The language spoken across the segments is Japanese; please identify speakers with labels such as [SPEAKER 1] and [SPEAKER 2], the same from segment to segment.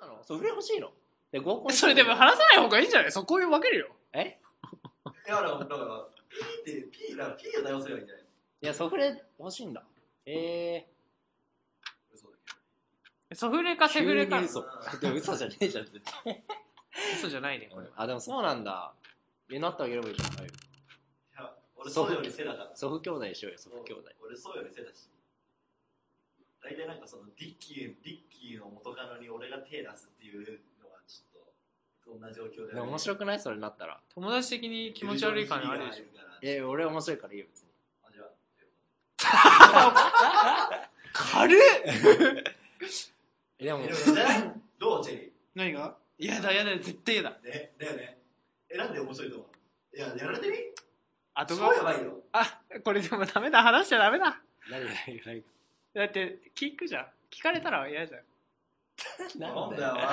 [SPEAKER 1] のそうぐらい欲しいので合コン
[SPEAKER 2] それでも話さない方がいいんじゃないそこに分けるよ。
[SPEAKER 1] え
[SPEAKER 3] だから、だから、P って、P だから、P を代表すればいいんじゃない
[SPEAKER 1] いやそぐらい欲しいんだえ
[SPEAKER 3] 嘘だ
[SPEAKER 2] ソフレか
[SPEAKER 1] ー、
[SPEAKER 2] セフレか
[SPEAKER 1] 急に。嘘でも嘘じゃねえじゃん絶対
[SPEAKER 2] 嘘じゃないね、これ。
[SPEAKER 1] あでもそうなんだえなってあげればいいじゃん
[SPEAKER 3] けどいや俺、そうより背だから。
[SPEAKER 1] 祖父兄弟しようよ祖父兄弟
[SPEAKER 3] 俺、そうより背だし。大体なんかその、ディッキー、ディッキーの元カノに俺が手出すっていうのは、ちょっと、同じ状況で、
[SPEAKER 1] でも面白くないそれなったら
[SPEAKER 2] 友達的に気持ち悪い感あるでしょ。
[SPEAKER 3] え、
[SPEAKER 1] え俺面白いからいいよ別に
[SPEAKER 3] 味わってる
[SPEAKER 2] 軽っ
[SPEAKER 1] えでも
[SPEAKER 3] えでもじゃないどう、チェリ
[SPEAKER 2] 何がやだやだ、絶対やだ。
[SPEAKER 3] ー。ね、だよね。え、なんで面白いと思ういや、やられてみ
[SPEAKER 2] 後
[SPEAKER 3] そうや
[SPEAKER 2] が。
[SPEAKER 3] ばいよ。
[SPEAKER 2] あ、これでもダメだ、話しちゃダメだ。
[SPEAKER 1] 何が何が
[SPEAKER 2] だって、聞くじゃん。聞かれたら嫌じゃ
[SPEAKER 3] な
[SPEAKER 1] なんん
[SPEAKER 3] だ
[SPEAKER 1] だよ
[SPEAKER 3] よ、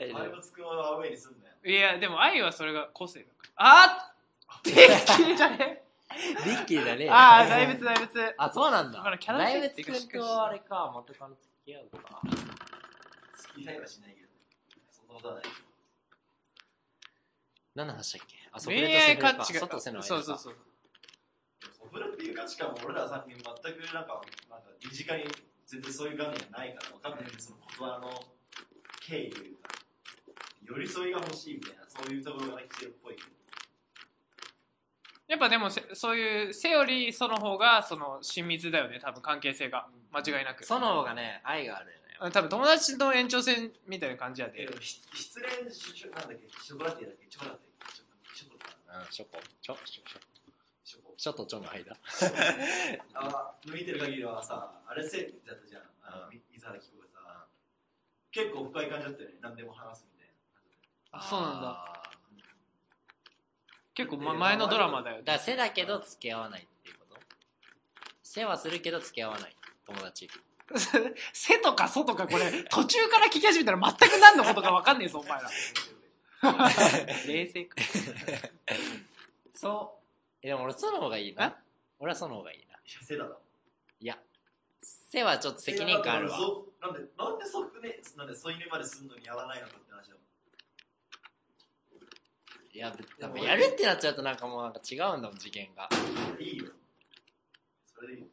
[SPEAKER 1] 大
[SPEAKER 3] 前。
[SPEAKER 1] 丈
[SPEAKER 3] 前
[SPEAKER 1] 夫
[SPEAKER 3] もつくをアウェイにすんなよ。
[SPEAKER 2] ん。いや、でも愛はそれが個性だから。あっできるじゃね
[SPEAKER 1] リッキーだね
[SPEAKER 2] えああ、大仏大仏。
[SPEAKER 1] あそうなんだ
[SPEAKER 2] だからキャラ設定がしっかりして
[SPEAKER 1] 大仏君
[SPEAKER 2] る
[SPEAKER 1] とあれか元カノ付き合うか
[SPEAKER 3] 好きたいはしないけど。そんなことはない。
[SPEAKER 1] 何の話だっけあ
[SPEAKER 2] 恋愛価値が。
[SPEAKER 1] 外せの
[SPEAKER 2] そうそうそう。
[SPEAKER 3] ソフレっていう価値観も俺ら3人全くなんか、なんか身近に全然そういう概念がないから、わかんないけど、その言葉の経緯というか、寄り添いが欲しいみたいな、そういうところが必要っぽいけど。
[SPEAKER 2] やっぱでもせそういう背よりその方がその親密だよね多分関係性が間違いなく
[SPEAKER 1] その方がね愛があるよね
[SPEAKER 2] うん多分友達の延長線みたいな感じや
[SPEAKER 3] え
[SPEAKER 2] で
[SPEAKER 3] でもひ失恋しょ、なんだっけ、ショコラティエだっけ、チョコラティエ、チョコチョコラテ
[SPEAKER 1] う
[SPEAKER 3] ィエ
[SPEAKER 1] んショコちょちょちょ
[SPEAKER 3] チョコ
[SPEAKER 1] ちょとちょの間
[SPEAKER 3] あ見てる限りはさ、あれせってだったじゃん、あの伊沢紀子がさ、結構深い感じだったよね、何でも話すみたい
[SPEAKER 2] あそうなんだ
[SPEAKER 1] だ
[SPEAKER 2] 結構、ま、前のドラマだよ
[SPEAKER 1] だから背だけど付き合わないっていうこと背はするけど付き合わない友達
[SPEAKER 2] 背とか外かこれ 途中から聞き始めたら全く何のことか分かんねえぞお前ら 冷静か
[SPEAKER 1] そうえでも俺その方がいい
[SPEAKER 2] え
[SPEAKER 1] な俺はその方がいいない
[SPEAKER 3] や、せだろ。
[SPEAKER 1] いや背はちょっと責任感あるわ
[SPEAKER 3] そうなんで、なんでそこね、なんで添い寝まですんのにやらないのかって話だもん。
[SPEAKER 1] いややっぱやるってなっちゃうとなんかもうなんか違うんだもん次元が
[SPEAKER 3] いやいいよ。それでいいよ。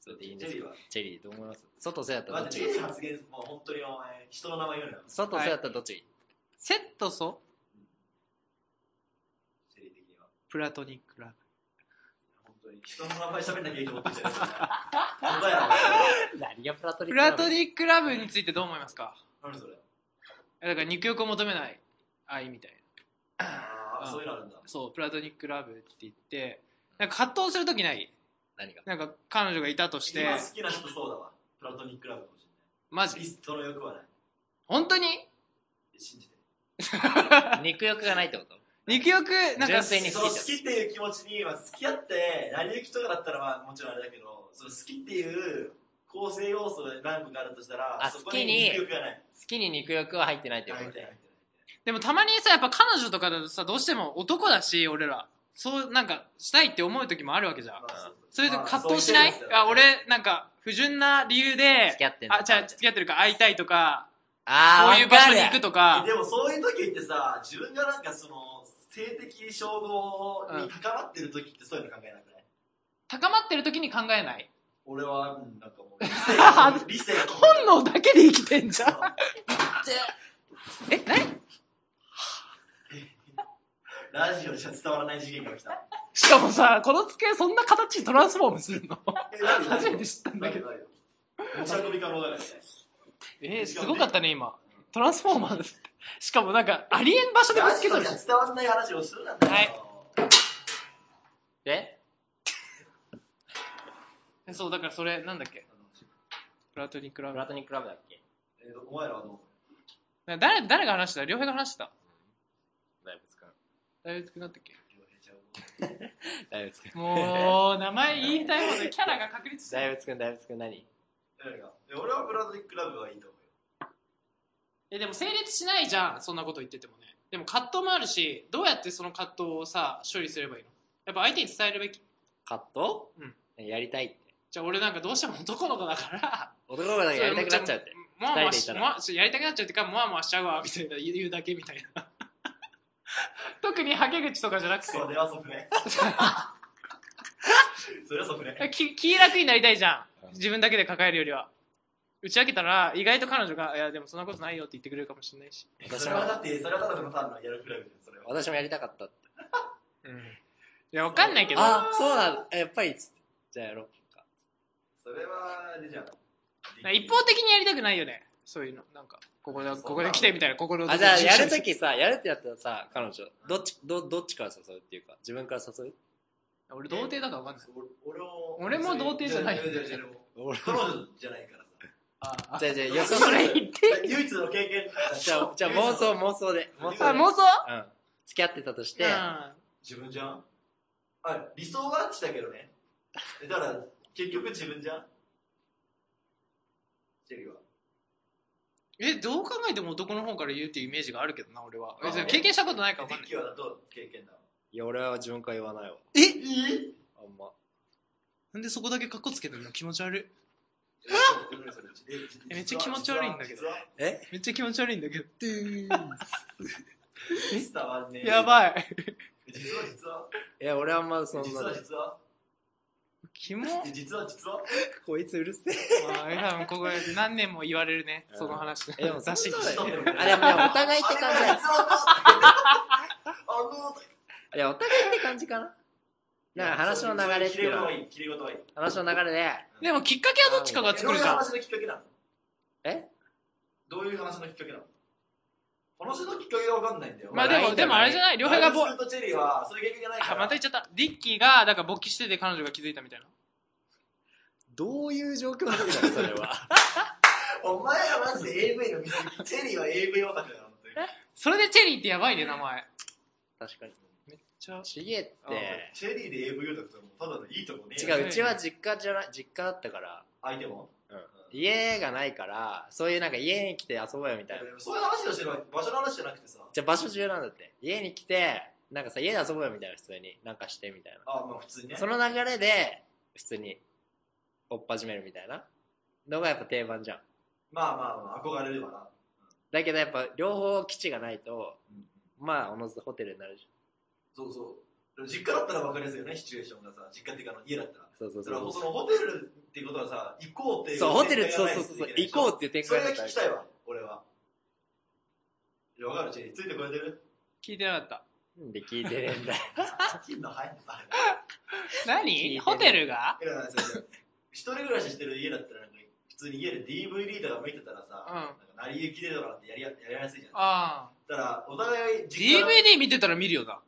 [SPEAKER 1] それでいいん
[SPEAKER 3] チ
[SPEAKER 1] で
[SPEAKER 3] ェ
[SPEAKER 1] す
[SPEAKER 3] リ
[SPEAKER 1] か
[SPEAKER 3] ーは。
[SPEAKER 1] チェリーどう思います外背だったら
[SPEAKER 3] ま
[SPEAKER 1] ど
[SPEAKER 3] あ、
[SPEAKER 1] っ
[SPEAKER 3] チ
[SPEAKER 1] ち
[SPEAKER 3] ェ
[SPEAKER 1] がい
[SPEAKER 3] リ
[SPEAKER 1] い
[SPEAKER 3] ー発言、もう本当にお前、人の名前言うなよ。
[SPEAKER 1] 外背だったらどっちがいい
[SPEAKER 2] 背とそ
[SPEAKER 3] チェリー的には。
[SPEAKER 2] プラトニックラ
[SPEAKER 3] 本当に。人の名前喋んなきゃいいと思ってんじゃないですか。本当や ろ。
[SPEAKER 1] 何がプラトニック
[SPEAKER 2] ブプ
[SPEAKER 1] な
[SPEAKER 2] ラ
[SPEAKER 1] の
[SPEAKER 2] トニックラブについてどう思いますか
[SPEAKER 3] 何それ。
[SPEAKER 2] えだから肉欲を求めない愛みたいな
[SPEAKER 3] ああ、そういうのあるんだ。
[SPEAKER 2] そうプラトニックラブって言ってなんか葛藤するときない
[SPEAKER 1] 何が
[SPEAKER 2] なんか彼女がいたとして
[SPEAKER 3] 今好きな人そうだわ。プラトニックラブかもしれ
[SPEAKER 2] マ
[SPEAKER 3] ない。
[SPEAKER 2] ジ
[SPEAKER 3] その欲はない。
[SPEAKER 2] 本当に
[SPEAKER 3] 信じて。
[SPEAKER 1] 肉欲がないってこと
[SPEAKER 2] 肉欲なんか
[SPEAKER 1] 純粋に
[SPEAKER 3] その好きっていう気持ちに、まあ、付き合って成り行きとかだったらまあもちろんあれだけどその好きっていう構成要素が何個かあるとしたら
[SPEAKER 1] あ
[SPEAKER 3] そこに魅力がない
[SPEAKER 1] 好きに肉欲は入ってないってこ
[SPEAKER 3] 入
[SPEAKER 1] と
[SPEAKER 3] ってない入って
[SPEAKER 2] でもたまにさやっぱ彼女とかだとさどうしても男だし俺らそうなんかしたいって思う時もあるわけじゃん
[SPEAKER 3] ないまあ
[SPEAKER 2] それで
[SPEAKER 3] まあ
[SPEAKER 2] 葛藤しない
[SPEAKER 3] そうう
[SPEAKER 2] あ
[SPEAKER 3] ことですよ
[SPEAKER 2] 俺なんか不純な理由で
[SPEAKER 1] 付き合ってんの
[SPEAKER 2] あじゃあ付き合ってるから会いたいとかこ
[SPEAKER 1] あ
[SPEAKER 2] う
[SPEAKER 1] ー
[SPEAKER 2] いう
[SPEAKER 1] わ
[SPEAKER 2] 場
[SPEAKER 1] か
[SPEAKER 2] 所
[SPEAKER 1] る
[SPEAKER 2] に行くとか
[SPEAKER 3] でもそういう時ってさ自分がなんかその性的衝動に高まってる時ってそういうの考えなくない、
[SPEAKER 2] 高まってる時に考えない
[SPEAKER 3] 俺は、うん、なんかもう理性が理性が
[SPEAKER 2] 本能だけで生きてんじゃん え何
[SPEAKER 3] ラジオじゃ伝わらない事件が起きた
[SPEAKER 2] しかもさこの机そんな形にトランスフォームするの
[SPEAKER 3] え何
[SPEAKER 2] 初めて知ったんだ
[SPEAKER 3] 何
[SPEAKER 2] け
[SPEAKER 3] 何
[SPEAKER 2] ど
[SPEAKER 3] 持ち運び可能だからね
[SPEAKER 2] えー、すごかったね今トランスフォーマーですしかもなんかありえん場所でぶ
[SPEAKER 3] ラ
[SPEAKER 2] つ
[SPEAKER 3] ジ
[SPEAKER 2] けと
[SPEAKER 3] オ
[SPEAKER 2] る
[SPEAKER 3] じ
[SPEAKER 2] し
[SPEAKER 3] ゃ伝わんない話をするなんだよ。
[SPEAKER 2] はい
[SPEAKER 1] え
[SPEAKER 2] そうだからそれなんだっけプラトニックラ
[SPEAKER 1] プ
[SPEAKER 2] ブ
[SPEAKER 1] ラトニックラブだっけ
[SPEAKER 3] えーお前らはどう思
[SPEAKER 2] 誰誰が話してた両平が話してた
[SPEAKER 1] 大仏くん
[SPEAKER 2] 大仏くんだったっけ
[SPEAKER 3] う両平ちゃん
[SPEAKER 1] 大仏くん
[SPEAKER 2] もう名前言いたいほどキャラが確立 して
[SPEAKER 1] 大
[SPEAKER 2] る
[SPEAKER 1] 仏くん大仏くん何
[SPEAKER 3] 誰がいや俺はブラッドリックラブはいいと思うよ。
[SPEAKER 2] えでも成立しないじゃんそんなこと言っててもねでも葛藤もあるしどうやってその葛藤をさ処理すればいいのやっぱ相手に伝えるべき
[SPEAKER 1] カット
[SPEAKER 2] うん
[SPEAKER 1] やりたいって
[SPEAKER 2] じゃあ俺なんかどうしても男の子だから
[SPEAKER 1] 男の子だけやりたくなっちゃうって
[SPEAKER 2] それもわ
[SPEAKER 1] 二
[SPEAKER 2] もわ
[SPEAKER 1] 人でい
[SPEAKER 2] した
[SPEAKER 1] ら
[SPEAKER 2] もわやりたくなっちゃうっていうかもわもわしちゃうわみたいな言う言うだけみたいな 特にはけ口とかじゃなくて
[SPEAKER 3] それはそ ふねそれはそふね
[SPEAKER 2] き気楽になりたいじゃ
[SPEAKER 1] うん
[SPEAKER 2] ん自分だけで抱えるよりは打ち明けたら意外と彼女が「いやでもそんなことないよ」って言ってくれるかもしれないし、
[SPEAKER 1] 私
[SPEAKER 3] それはだ
[SPEAKER 1] も、
[SPEAKER 3] ってそれはただの単のやるクラブじゃんそれは
[SPEAKER 1] 私もやりたかったって。
[SPEAKER 2] うん、いやわかんないけど
[SPEAKER 1] あ、そうなんだ。やっぱり、つってじゃあやろうか。
[SPEAKER 3] それはあれじゃん
[SPEAKER 2] 一方的にやりたくないよねそういうのなんかここで
[SPEAKER 3] そう
[SPEAKER 2] ここで来てみたいな心の
[SPEAKER 1] あ、じ ゃあやる
[SPEAKER 2] と
[SPEAKER 1] ときさ、やるってやったらさ、彼女、どっち、ど、どっちから誘うっていうか、自分から誘う
[SPEAKER 2] 俺童貞だからわかんない
[SPEAKER 3] 俺も
[SPEAKER 2] 俺も童貞じゃない
[SPEAKER 3] やややや
[SPEAKER 1] 俺
[SPEAKER 3] 彼女じゃな いからさ
[SPEAKER 2] ああ
[SPEAKER 1] じゃあじゃあ、よそ、
[SPEAKER 2] それ言って
[SPEAKER 3] 唯一の 経験
[SPEAKER 1] じゃあ、じゃあ妄想、妄想で。妄
[SPEAKER 2] あ
[SPEAKER 1] 想で。
[SPEAKER 2] 妄想
[SPEAKER 1] うん。付き合ってたとして、
[SPEAKER 2] う
[SPEAKER 3] 自分じゃんあ理想はあっちだけどねえだから結局自分じゃんチェリーは
[SPEAKER 2] ん、えどう考えても男の方から言うっていうイメージがあるけどな俺は
[SPEAKER 3] あ
[SPEAKER 2] 別に経験したことないから分かん
[SPEAKER 3] デッ
[SPEAKER 2] ない
[SPEAKER 3] キはどう経 験だ
[SPEAKER 1] いや、俺は自分から言わないわ。
[SPEAKER 2] え
[SPEAKER 3] え
[SPEAKER 1] あんま。
[SPEAKER 2] なんでそこだけカッコつけてるの気持ち悪い
[SPEAKER 3] え
[SPEAKER 2] めっちゃ気持ち悪いんだけど
[SPEAKER 1] え
[SPEAKER 2] めっちゃ気持ち悪いんだけど
[SPEAKER 3] 実はね
[SPEAKER 2] や
[SPEAKER 3] い
[SPEAKER 2] ばい
[SPEAKER 3] 実は実はい
[SPEAKER 1] や、俺はあんまそん
[SPEAKER 3] 実
[SPEAKER 1] な
[SPEAKER 3] は、実は
[SPEAKER 2] キモ
[SPEAKER 3] 実は実は
[SPEAKER 1] こいつうるせ え。
[SPEAKER 2] まあ、えらいもうここ何年も言われるね、その話。
[SPEAKER 1] えでも
[SPEAKER 2] 雑誌
[SPEAKER 3] 実は
[SPEAKER 1] あ、でもね、お互いって感じだよ。
[SPEAKER 3] あの
[SPEAKER 1] いや、お互 いって感じかな。なんか話の流れってい
[SPEAKER 3] 切れ
[SPEAKER 1] うの
[SPEAKER 3] 事
[SPEAKER 1] は
[SPEAKER 3] はい、い切れ事はいい
[SPEAKER 1] 話の流れで、
[SPEAKER 2] でもきっかけはどっちかが作るじゃん
[SPEAKER 3] どういう話。のきっかけなの
[SPEAKER 1] え
[SPEAKER 3] どういう話のきっかけなの話のきっかけがわかんないんだよ。
[SPEAKER 2] まあで
[SPEAKER 1] ライ
[SPEAKER 2] も、
[SPEAKER 1] ンだ
[SPEAKER 2] で
[SPEAKER 1] よね
[SPEAKER 2] もあれじゃない両平がぼ、
[SPEAKER 3] アルスとチェリーは、そういう経験がないか
[SPEAKER 2] あ、
[SPEAKER 3] ら。
[SPEAKER 2] また言っちゃった。リッキーが、だから勃起してて彼女が気づいたみたいな。
[SPEAKER 1] どういう状況 なんだろう、それは。
[SPEAKER 3] お前はマジで AV の見過ぎ。チェリーは AV オタクだよ、本当に
[SPEAKER 2] それでチェリーってやばいね、名前。
[SPEAKER 1] 確かに。
[SPEAKER 2] めっちゃ。
[SPEAKER 1] ちげえって。
[SPEAKER 3] チェリーで AV オタクともただのいいとこね。
[SPEAKER 1] 違う、うちは実家じゃない、実家だったから、
[SPEAKER 3] 相手も。
[SPEAKER 1] 家がないから、そういうなんか家に来て遊ぼうよみたいな。
[SPEAKER 3] そういう話をしてるわけ場所の話じゃなくてさ。
[SPEAKER 1] じゃあ場所中なんだって。家に来て、なんかさ、家で遊ぼうよみたいな、普通に。なんかしてみたい
[SPEAKER 3] あ、まあ普通にね。
[SPEAKER 1] な。その流れで、普通に、追っ始めるみたいなのがやっぱ定番じゃん。
[SPEAKER 3] まあまあまあ、憧れるわな。
[SPEAKER 1] だけどやっぱ両方基地がないと、
[SPEAKER 3] うん
[SPEAKER 1] まあ、おのずとホテルになるじ
[SPEAKER 3] そうそう。でも実家だったらわかりやすいよね、シチュエーションがさ。実家っていうかあの、家だったら。
[SPEAKER 1] ゃん。そうそう
[SPEAKER 3] そ
[SPEAKER 1] そ
[SPEAKER 3] れは
[SPEAKER 1] う。
[SPEAKER 3] そのホテルっていうことはさ、行こう っていう。
[SPEAKER 1] そう、ホテル、
[SPEAKER 3] 展開
[SPEAKER 1] そう
[SPEAKER 3] がな
[SPEAKER 1] そう
[SPEAKER 3] いと
[SPEAKER 1] そうそう、
[SPEAKER 3] いけない
[SPEAKER 1] 行
[SPEAKER 3] でしょ
[SPEAKER 1] こうっていう展
[SPEAKER 3] そ
[SPEAKER 1] 開
[SPEAKER 3] れ
[SPEAKER 1] だ
[SPEAKER 3] が
[SPEAKER 1] った
[SPEAKER 3] 聞きたいわ、俺は。いや、わかる、チェリー。ついてこれてる
[SPEAKER 2] 聞いてなかった。
[SPEAKER 1] なんで聞いてねえんだよ。
[SPEAKER 3] 切んの早いのか
[SPEAKER 1] 聞いて
[SPEAKER 2] 何
[SPEAKER 1] る
[SPEAKER 2] ホテルが
[SPEAKER 3] いやなんかそれ一人暮らししてる家だったら、なんか普通に家で DVD とか見てたらさ、
[SPEAKER 2] うん
[SPEAKER 3] なんか成り行きでとかってやりややりやすいじゃん。だか
[SPEAKER 2] ああ。
[SPEAKER 3] ら、お互い
[SPEAKER 2] DVD 見てたら見るよな。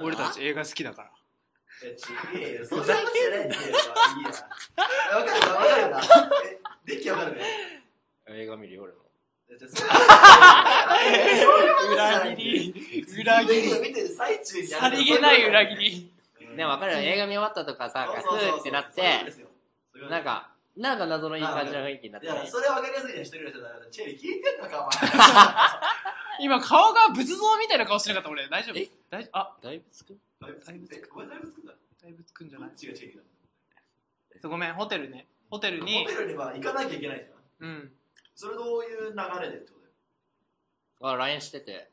[SPEAKER 2] 俺た
[SPEAKER 3] ち。
[SPEAKER 2] ち映画好きだから。
[SPEAKER 3] いや、違えよ。そんなことじゃないんだよ。いいや。わかるな、わかるな。え、デッキわかるね。
[SPEAKER 1] 映画見るよ、俺も。
[SPEAKER 3] えじゃあ そう
[SPEAKER 2] 裏切り。裏切り。
[SPEAKER 3] DVD を見てる最中にやる
[SPEAKER 2] さりげない裏切り。
[SPEAKER 3] うん
[SPEAKER 1] でも分かるよ、映画見終わったとかさ、ガスーってなっ
[SPEAKER 3] そうなんで
[SPEAKER 1] て、
[SPEAKER 3] すよそれはね
[SPEAKER 1] なんか、なんか謎のいい感じの雰囲気になっ
[SPEAKER 3] い
[SPEAKER 1] てね
[SPEAKER 3] や、それは分かりやすいじゃん、一人暮らしだから。チェリー聞いてんのか、
[SPEAKER 2] 今顔が仏像みたいな顔してなかった俺。大丈夫
[SPEAKER 1] え
[SPEAKER 2] 大丈夫あ、
[SPEAKER 1] だいぶつく
[SPEAKER 3] お前。だいぶつく。お前だいぶつくんだ。
[SPEAKER 2] 大仏くんじゃ
[SPEAKER 3] ど
[SPEAKER 2] ない
[SPEAKER 3] っちがチェリーだ
[SPEAKER 2] そうごめん、ホテルね。ホテル
[SPEAKER 3] ホ
[SPEAKER 2] に
[SPEAKER 3] テ、ルには行かなきゃいけないじゃん。
[SPEAKER 2] うん。
[SPEAKER 3] それどういう流れでってこ
[SPEAKER 1] あ、LINE してて、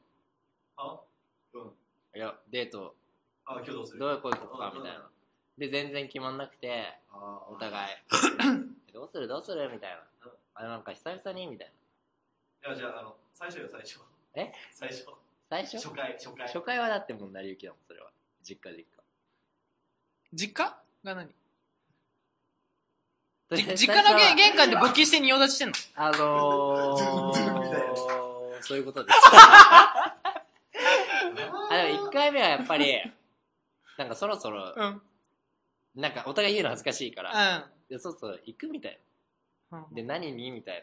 [SPEAKER 3] とよ。
[SPEAKER 1] いや、デート、
[SPEAKER 3] あ、うん。あ、今日どうする
[SPEAKER 1] どういうことか、みたいな。で、全然決まんなくて、
[SPEAKER 3] あ
[SPEAKER 1] お互 い、どうするどうするみたいな。あ、なんか久々にみたいな。
[SPEAKER 3] いや、じゃあ、あの、最初よ、最初。
[SPEAKER 1] え
[SPEAKER 3] 最初。
[SPEAKER 1] 最初
[SPEAKER 3] 初回、初回。
[SPEAKER 1] 初回はだってもう成り行きだもん、それは。実家、実
[SPEAKER 2] 実家が何
[SPEAKER 1] 家。
[SPEAKER 2] 実家の
[SPEAKER 1] 最初は
[SPEAKER 2] 玄玄関で勃起して仁王立ちしてんの
[SPEAKER 1] あの
[SPEAKER 3] ドゥンドゥンみたいな
[SPEAKER 1] ー、そういうことです。あ、でも1回目はやっぱり、なんかそろそろ、
[SPEAKER 2] うん。うん。
[SPEAKER 1] なんかお互い言うの恥ずかしいから、でそうそう、行くみたいな。で、何にみたいな。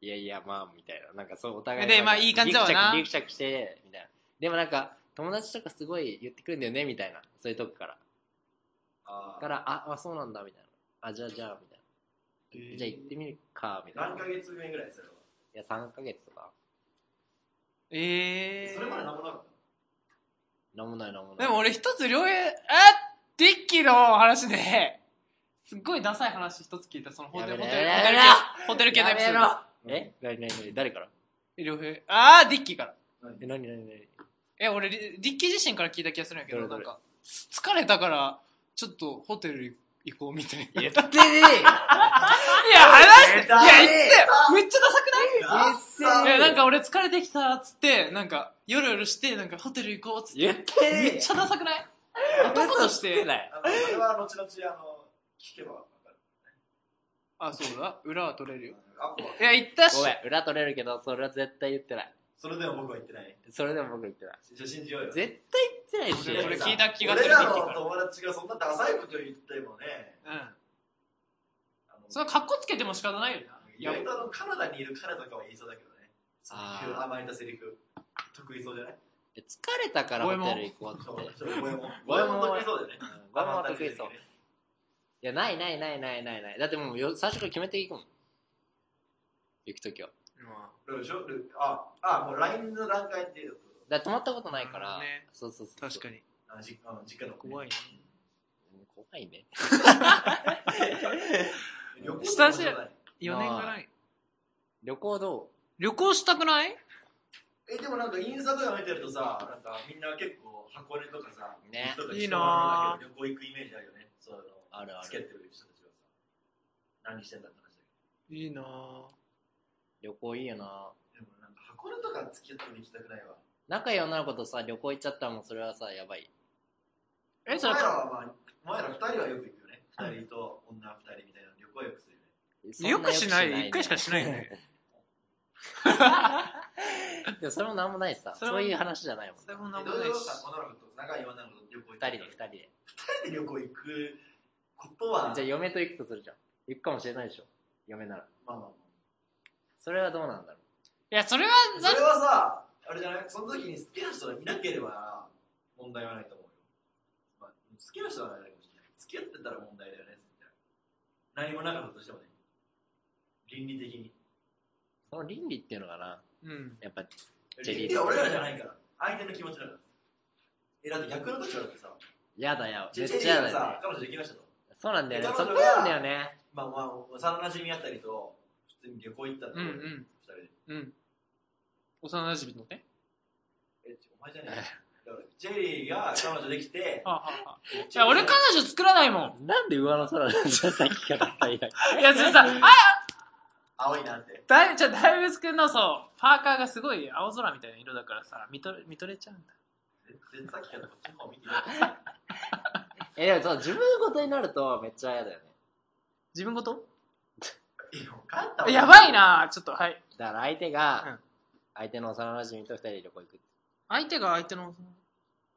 [SPEAKER 1] いやいや、まあ、みたいな。なんかそう、お互い。
[SPEAKER 2] で
[SPEAKER 1] なんか
[SPEAKER 2] まあいい感じだわな
[SPEAKER 1] ギクシャクギクシャクして、みたいな。でもなんか、友達とかすごい言ってくるんだよね、みたいな。そういうとこから。
[SPEAKER 3] あ
[SPEAKER 1] か、ら、あ、あ、そうなんだ、みたいな。あ、じゃあじゃあ、みたい
[SPEAKER 3] えー
[SPEAKER 1] な。じゃあ行ってみるか、みたいな。
[SPEAKER 3] 何ヶ月目ぐらいそれは。
[SPEAKER 1] いや、3ヶ月とか。
[SPEAKER 2] ええ
[SPEAKER 3] それまで何もなかっ
[SPEAKER 1] なんもない、なんもない。
[SPEAKER 2] でも俺一つ両平、あデッキの話で、すっごいダサい話一つ聞いた、そのホテル、
[SPEAKER 1] や
[SPEAKER 2] ホ
[SPEAKER 1] め
[SPEAKER 2] テ
[SPEAKER 1] ろ
[SPEAKER 2] ル、
[SPEAKER 1] やめろ
[SPEAKER 2] ホテル系のエピソー
[SPEAKER 1] やめろえ何何何誰から
[SPEAKER 2] ド。両平。あー、ディッキーから。
[SPEAKER 1] え、何何何
[SPEAKER 2] え、俺、ディディッキー自身から聞いた気がするんやけど、
[SPEAKER 1] どれど
[SPEAKER 2] なん
[SPEAKER 1] れ
[SPEAKER 2] か、疲れたから、ちょっとホテル行こうみたいな。い
[SPEAKER 1] 言
[SPEAKER 2] や、
[SPEAKER 1] ってね
[SPEAKER 2] 話して、いや、言ってた
[SPEAKER 3] ダ
[SPEAKER 2] よ
[SPEAKER 3] メ
[SPEAKER 2] めっちゃダサくない
[SPEAKER 1] ダッサ
[SPEAKER 2] いや、なんか俺疲れてきたっつって、なんか、夜夜して、なんかホテル行こうっつって。
[SPEAKER 1] 言ってね
[SPEAKER 2] めっちゃダサくない男とし
[SPEAKER 1] 言って
[SPEAKER 2] て。
[SPEAKER 1] ない
[SPEAKER 3] あのそれは後々あの聞けばわかる
[SPEAKER 2] あ、そうだ。裏は取れるよ。
[SPEAKER 3] あもう
[SPEAKER 2] いや、行ったし
[SPEAKER 1] ご。めん、裏取れるけど、それは絶対言ってない。
[SPEAKER 3] それでも僕は言ってない
[SPEAKER 1] それでも僕言ってない。
[SPEAKER 3] じゃあ信じようよ
[SPEAKER 1] 絶対言ってな
[SPEAKER 2] 俺
[SPEAKER 1] い
[SPEAKER 2] そ
[SPEAKER 1] し
[SPEAKER 2] れ。聞いた気がする
[SPEAKER 3] 俺らの友達がそんなダサいこと言ってもね
[SPEAKER 2] うん。
[SPEAKER 3] あの
[SPEAKER 2] それは格好つけても仕方ないよな。
[SPEAKER 3] 意外とあのカナダにいる彼とかは言いそうだけどね
[SPEAKER 1] あー
[SPEAKER 3] そういう甘えたセリフ得意そうじゃない
[SPEAKER 1] 疲れたからホテル行こうって。
[SPEAKER 3] そう ちょっとゴエモン
[SPEAKER 1] ゴエモン
[SPEAKER 3] ゴエモン得意そうだよね
[SPEAKER 1] うん我慢は得意そう。いや、ないないないないないない。だってもうよ最初から決めていくもん。行くときは。
[SPEAKER 3] ルーショルーああもう LINE の段階っていうと
[SPEAKER 1] だから泊まったことないから。
[SPEAKER 2] ね
[SPEAKER 1] そうそうそう。
[SPEAKER 2] 確かに。
[SPEAKER 3] あのじあの実家の
[SPEAKER 2] 怖いね。
[SPEAKER 1] に。怖いね。
[SPEAKER 2] 親
[SPEAKER 3] 旅行とか
[SPEAKER 2] し
[SPEAKER 3] じ
[SPEAKER 2] い
[SPEAKER 3] ゃない
[SPEAKER 2] 4年がない。
[SPEAKER 1] 旅行ど
[SPEAKER 2] 旅行したくない
[SPEAKER 3] えでもなんかインスタとか見てるとさなんかみんな結構箱根とかさ
[SPEAKER 1] ね
[SPEAKER 3] 水とか
[SPEAKER 2] いいなぁ
[SPEAKER 3] 人が旅行行くイメージあるよねそういうの
[SPEAKER 1] あるある
[SPEAKER 3] つけてる人たちはさ何してんだって話だ
[SPEAKER 2] いいなぁ。
[SPEAKER 1] う旅行いいよな。
[SPEAKER 3] けどでもなんか箱根とか付き合って行きたくないわ
[SPEAKER 1] 仲良い女の子とさ、旅行行っちゃったらもうそれはさ、やばい。
[SPEAKER 2] え、そ
[SPEAKER 3] お
[SPEAKER 2] れ
[SPEAKER 3] 前、らはまあお前ら二人はよく行くよね二人と女二人みたいな旅行はよくするよね
[SPEAKER 1] そんなね
[SPEAKER 2] しないよね。
[SPEAKER 1] でもそれもなんもないしさ。
[SPEAKER 2] それも
[SPEAKER 1] そういう話じゃないもん。
[SPEAKER 2] それもなん
[SPEAKER 3] え
[SPEAKER 2] も
[SPEAKER 3] どう
[SPEAKER 2] ないいうし。
[SPEAKER 3] さ女の子と仲いい女の子と旅行行
[SPEAKER 1] 二人で
[SPEAKER 3] く
[SPEAKER 1] 二人で。
[SPEAKER 3] 二人で旅行行くことは
[SPEAKER 1] じゃあ嫁と行くとするじゃん。行くかもしれないでしょ。嫁なら。
[SPEAKER 3] まあまあまあ
[SPEAKER 1] それはどうなんだろ
[SPEAKER 2] いや、それは、
[SPEAKER 3] そ
[SPEAKER 2] だ
[SPEAKER 3] れはさ、あれじゃないその時に好きな人がいなければ問題はないと思うよ。まあ、好きな人はないかもしれない。付き合ってたら問題だよね、絶対。何もなかったとしてもね。倫理的に。
[SPEAKER 1] う。その倫理っていうのかな。
[SPEAKER 2] うん。
[SPEAKER 1] やっぱ、ジェリー
[SPEAKER 3] 倫理は俺らじゃないから。相手の気持ちだから。え、だって逆の立場だってさ、
[SPEAKER 1] やだよ。
[SPEAKER 3] ジ
[SPEAKER 1] め
[SPEAKER 3] ェ
[SPEAKER 1] っ
[SPEAKER 3] ジェリ
[SPEAKER 1] ちゃやだ
[SPEAKER 3] ー
[SPEAKER 1] よ、
[SPEAKER 3] がさ
[SPEAKER 1] ね、。
[SPEAKER 3] 彼女できましたと。
[SPEAKER 1] そうなんだよね。
[SPEAKER 3] で
[SPEAKER 1] そ
[SPEAKER 3] 彼
[SPEAKER 1] こ
[SPEAKER 3] 女が
[SPEAKER 1] なんだよね。
[SPEAKER 3] まあまあ、幼馴染みあったりと、普通に旅行行ったりと、
[SPEAKER 2] うんう
[SPEAKER 3] 二
[SPEAKER 2] ん。
[SPEAKER 3] 人で。
[SPEAKER 2] うん。幼馴染のね。
[SPEAKER 3] え、ちょお前じゃねえよ。だからジェリーが彼女でき て、
[SPEAKER 2] はあ、はあはあ、いや、俺彼女作らないも
[SPEAKER 1] なんで上の空なんじゃさっきから 言った
[SPEAKER 2] ん。いや、それさ、あ、
[SPEAKER 3] 青いなって。
[SPEAKER 2] だいじゃあ大仏くんのそう、パーカーがすごい青空みたいな色だからさ、見とれ見とれちゃうんだ。
[SPEAKER 3] 全然さっきからこっちの方見てない。
[SPEAKER 1] え、でもそう、自分事になるとめっちゃ嫌だよね。
[SPEAKER 2] 自分ごと
[SPEAKER 3] いやもう帰ったわ
[SPEAKER 2] やばいなちょっと、はい。
[SPEAKER 1] だから相手
[SPEAKER 2] うん
[SPEAKER 1] が、相手の幼馴染と二人で旅行行く。
[SPEAKER 2] 相手が相手の、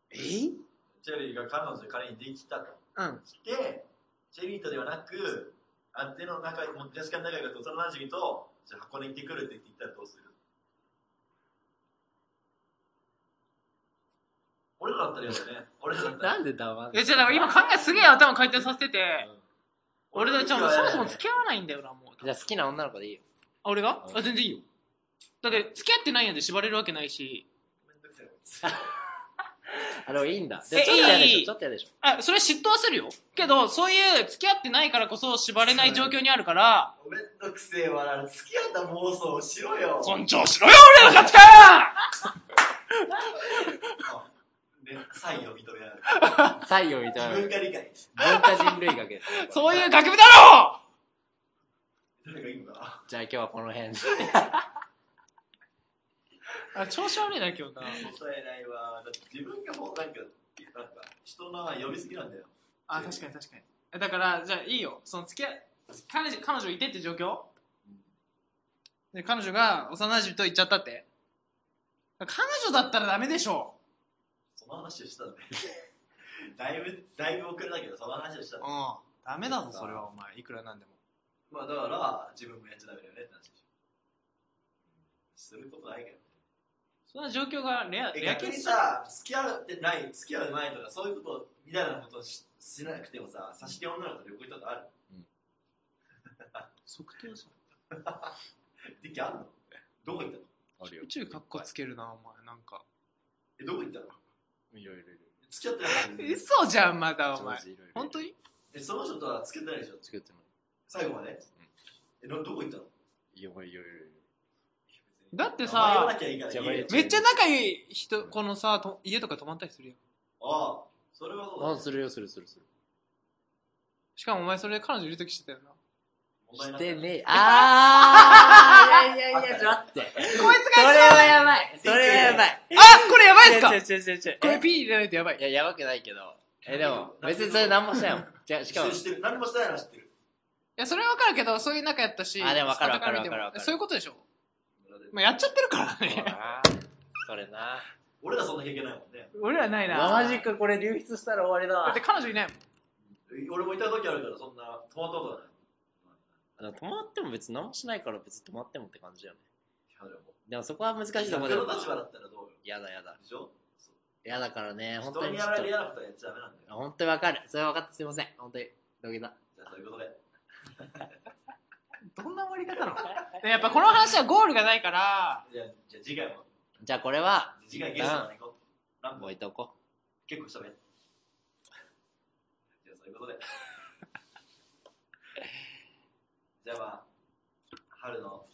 [SPEAKER 1] え
[SPEAKER 3] チェリーが彼女彼にできたと。
[SPEAKER 2] うん。
[SPEAKER 3] して、チェリーとではなく、あんての仲いい、もう確かに仲良かった幼馴染と、じゃあ箱根行ってくるって言ったらどうする俺らだったらやだよね。俺らだったら
[SPEAKER 1] な。んで黙んの
[SPEAKER 2] え、じゃあ、だから今考えすげえ頭回転させてて、
[SPEAKER 1] うん
[SPEAKER 2] 俺だ、ちょ、
[SPEAKER 3] 俺
[SPEAKER 2] もう
[SPEAKER 3] らだ
[SPEAKER 2] そ
[SPEAKER 3] よ
[SPEAKER 2] も
[SPEAKER 3] ね
[SPEAKER 2] そも付き合わないんだよな、もう。
[SPEAKER 1] じゃあ好きな女の子でいいよ。
[SPEAKER 2] あ、俺が
[SPEAKER 1] うん
[SPEAKER 2] あ、全然いいよ。だって、付き合ってないんやで縛れるわけないし、
[SPEAKER 3] めんどくさい
[SPEAKER 1] あ、でもいいんだ。
[SPEAKER 2] え
[SPEAKER 1] でちょっと嫌で
[SPEAKER 2] い
[SPEAKER 1] し
[SPEAKER 2] い
[SPEAKER 1] ょ。ちょっと嫌でしょ。
[SPEAKER 2] あ、それ嫉妬はするよ。けど、そういう付き合ってないからこそ縛れない状況にあるから、
[SPEAKER 3] わ。めんどくせえわ。付き合った妄想をしろよ。
[SPEAKER 2] 尊重しろよ、俺の価値観
[SPEAKER 3] あで、サインを認められる。
[SPEAKER 1] 採用みた
[SPEAKER 3] 自
[SPEAKER 1] い
[SPEAKER 3] 分
[SPEAKER 1] な。
[SPEAKER 3] が理解。
[SPEAKER 1] 文化人類学ですね。これ
[SPEAKER 2] そういう学部だろ
[SPEAKER 3] 誰がいいのかな。
[SPEAKER 1] じゃあ今日はこの辺で。
[SPEAKER 2] あ調子悪いな、今日な。
[SPEAKER 3] 抑えないわ。だって自分がもうなんか、なんか、人の名前呼びすぎなんだよ。
[SPEAKER 2] あ、確かに確かに。えだから、じゃあいいよ。その付き合い、彼女、彼女いてって状況で、彼女が幼馴染と行っちゃったって。彼女だったらダメでしょ。
[SPEAKER 3] その話をしたんだよ。 だいぶ、だいぶ遅れたけど、その話をした
[SPEAKER 2] うん
[SPEAKER 3] だよ。。
[SPEAKER 2] ダメだぞ、それはお前。いくらなんでも。
[SPEAKER 3] まあだから、自分もやっちゃダメだよねって話でしょ。することないけど。
[SPEAKER 2] そんな状況がレア、
[SPEAKER 3] え
[SPEAKER 2] レアケ
[SPEAKER 3] 逆
[SPEAKER 2] ー
[SPEAKER 3] に
[SPEAKER 2] ス
[SPEAKER 3] さ、付き合ってない、付き合う前とか、そういうこと、みたいなことししなくてもさ、差し手女の子と旅行行ったことある
[SPEAKER 2] 即答じ
[SPEAKER 3] デッキあるのどこ行ったの
[SPEAKER 1] ある
[SPEAKER 2] ゃん。宇宙かっこつけるな、お前。なんか。
[SPEAKER 3] え、どこ行ったの
[SPEAKER 1] いろいろいろ。
[SPEAKER 3] 付き合ってないのに
[SPEAKER 2] 嘘じゃん、まだ、お
[SPEAKER 1] 上
[SPEAKER 2] 前。
[SPEAKER 1] 手いろいろいろ
[SPEAKER 2] 本当に
[SPEAKER 3] えその人とは付き合ってないでしょ
[SPEAKER 1] 作っても
[SPEAKER 3] 最後まで、えどどこ行ったの
[SPEAKER 1] いやばいよいよ
[SPEAKER 2] だって
[SPEAKER 3] 名前言わ
[SPEAKER 2] さ
[SPEAKER 3] なきゃいいから
[SPEAKER 1] じゃあ
[SPEAKER 3] 言えよ
[SPEAKER 2] めっちゃ仲いい人このさと家とか泊まったりするよ
[SPEAKER 3] ああそれはそうだ、
[SPEAKER 1] あするよするするする
[SPEAKER 2] しかもお前それ彼女いる時してたよな
[SPEAKER 3] お前
[SPEAKER 1] し
[SPEAKER 3] なん
[SPEAKER 1] て
[SPEAKER 3] か
[SPEAKER 1] ねえあー いやいやいやちょっと待って
[SPEAKER 2] こいつ
[SPEAKER 1] それ
[SPEAKER 2] が
[SPEAKER 1] はやばいそれはやばい
[SPEAKER 2] あこれやばいっす
[SPEAKER 1] ち
[SPEAKER 2] か
[SPEAKER 1] ょちょちょちょ
[SPEAKER 2] これピー入れないとやばい
[SPEAKER 1] いややばくないけどえでも別にそれ何もしないもんじゃあし
[SPEAKER 3] 知っ
[SPEAKER 1] か
[SPEAKER 3] て
[SPEAKER 1] も
[SPEAKER 3] る知ってる何もしてないのは知ってる
[SPEAKER 2] いや、それはわかるけど、そういう仲やったし、
[SPEAKER 1] あでもわかるわかる
[SPEAKER 2] 傍見ても
[SPEAKER 1] わかるわかる
[SPEAKER 2] そういうことでしょまあ、やっちゃってるから
[SPEAKER 1] そう
[SPEAKER 2] ね。
[SPEAKER 1] なそれな
[SPEAKER 3] 俺らそんな経験ないもんね
[SPEAKER 2] 俺らないな。
[SPEAKER 1] マジかこれ流出したら終わりだ
[SPEAKER 2] だっ
[SPEAKER 1] わ
[SPEAKER 2] て彼女いないもん。
[SPEAKER 3] 俺もいた時あるからそんな止まったことはない
[SPEAKER 1] あの泊まっても別に何もしないから別に泊まってもって感じだよね
[SPEAKER 3] いやでも
[SPEAKER 1] でもそこは難しいとこだ
[SPEAKER 3] 逆
[SPEAKER 1] よ
[SPEAKER 3] の立場だったらどうよ
[SPEAKER 1] やだやだ
[SPEAKER 3] でしょ
[SPEAKER 1] やだからね本当
[SPEAKER 3] 人に
[SPEAKER 1] にち
[SPEAKER 3] や
[SPEAKER 1] ょ
[SPEAKER 3] ら
[SPEAKER 1] っと
[SPEAKER 3] れる嫌なことはやっちゃダメなんだよ
[SPEAKER 1] 本当にわかるそれは分かってすいません本当にどけた
[SPEAKER 3] じゃあそういうことで
[SPEAKER 2] どんな終わり方なのでやっぱこの 話はゴールがないから、
[SPEAKER 3] じゃあじゃあ次回も
[SPEAKER 1] じゃあこれは
[SPEAKER 3] 次回ゲストまで行こう何本
[SPEAKER 1] 置いとこ
[SPEAKER 3] 結構したべじゃあそういうことで じゃあまあ春の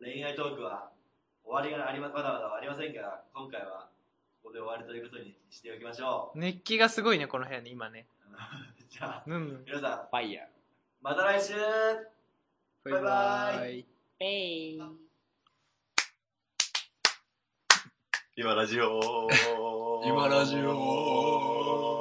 [SPEAKER 3] 恋愛トークは終わりがありままだまだありませんが今回はここで終わりということにしておきましょ
[SPEAKER 2] 熱気がすごいね、この部屋に、今ね。
[SPEAKER 3] う じゃあ
[SPEAKER 2] うん。
[SPEAKER 3] 皆さん
[SPEAKER 1] うファイヤー
[SPEAKER 3] また来週バイバイ
[SPEAKER 2] イ。
[SPEAKER 1] ペイ
[SPEAKER 4] 今ラジオ
[SPEAKER 1] 今ラジオ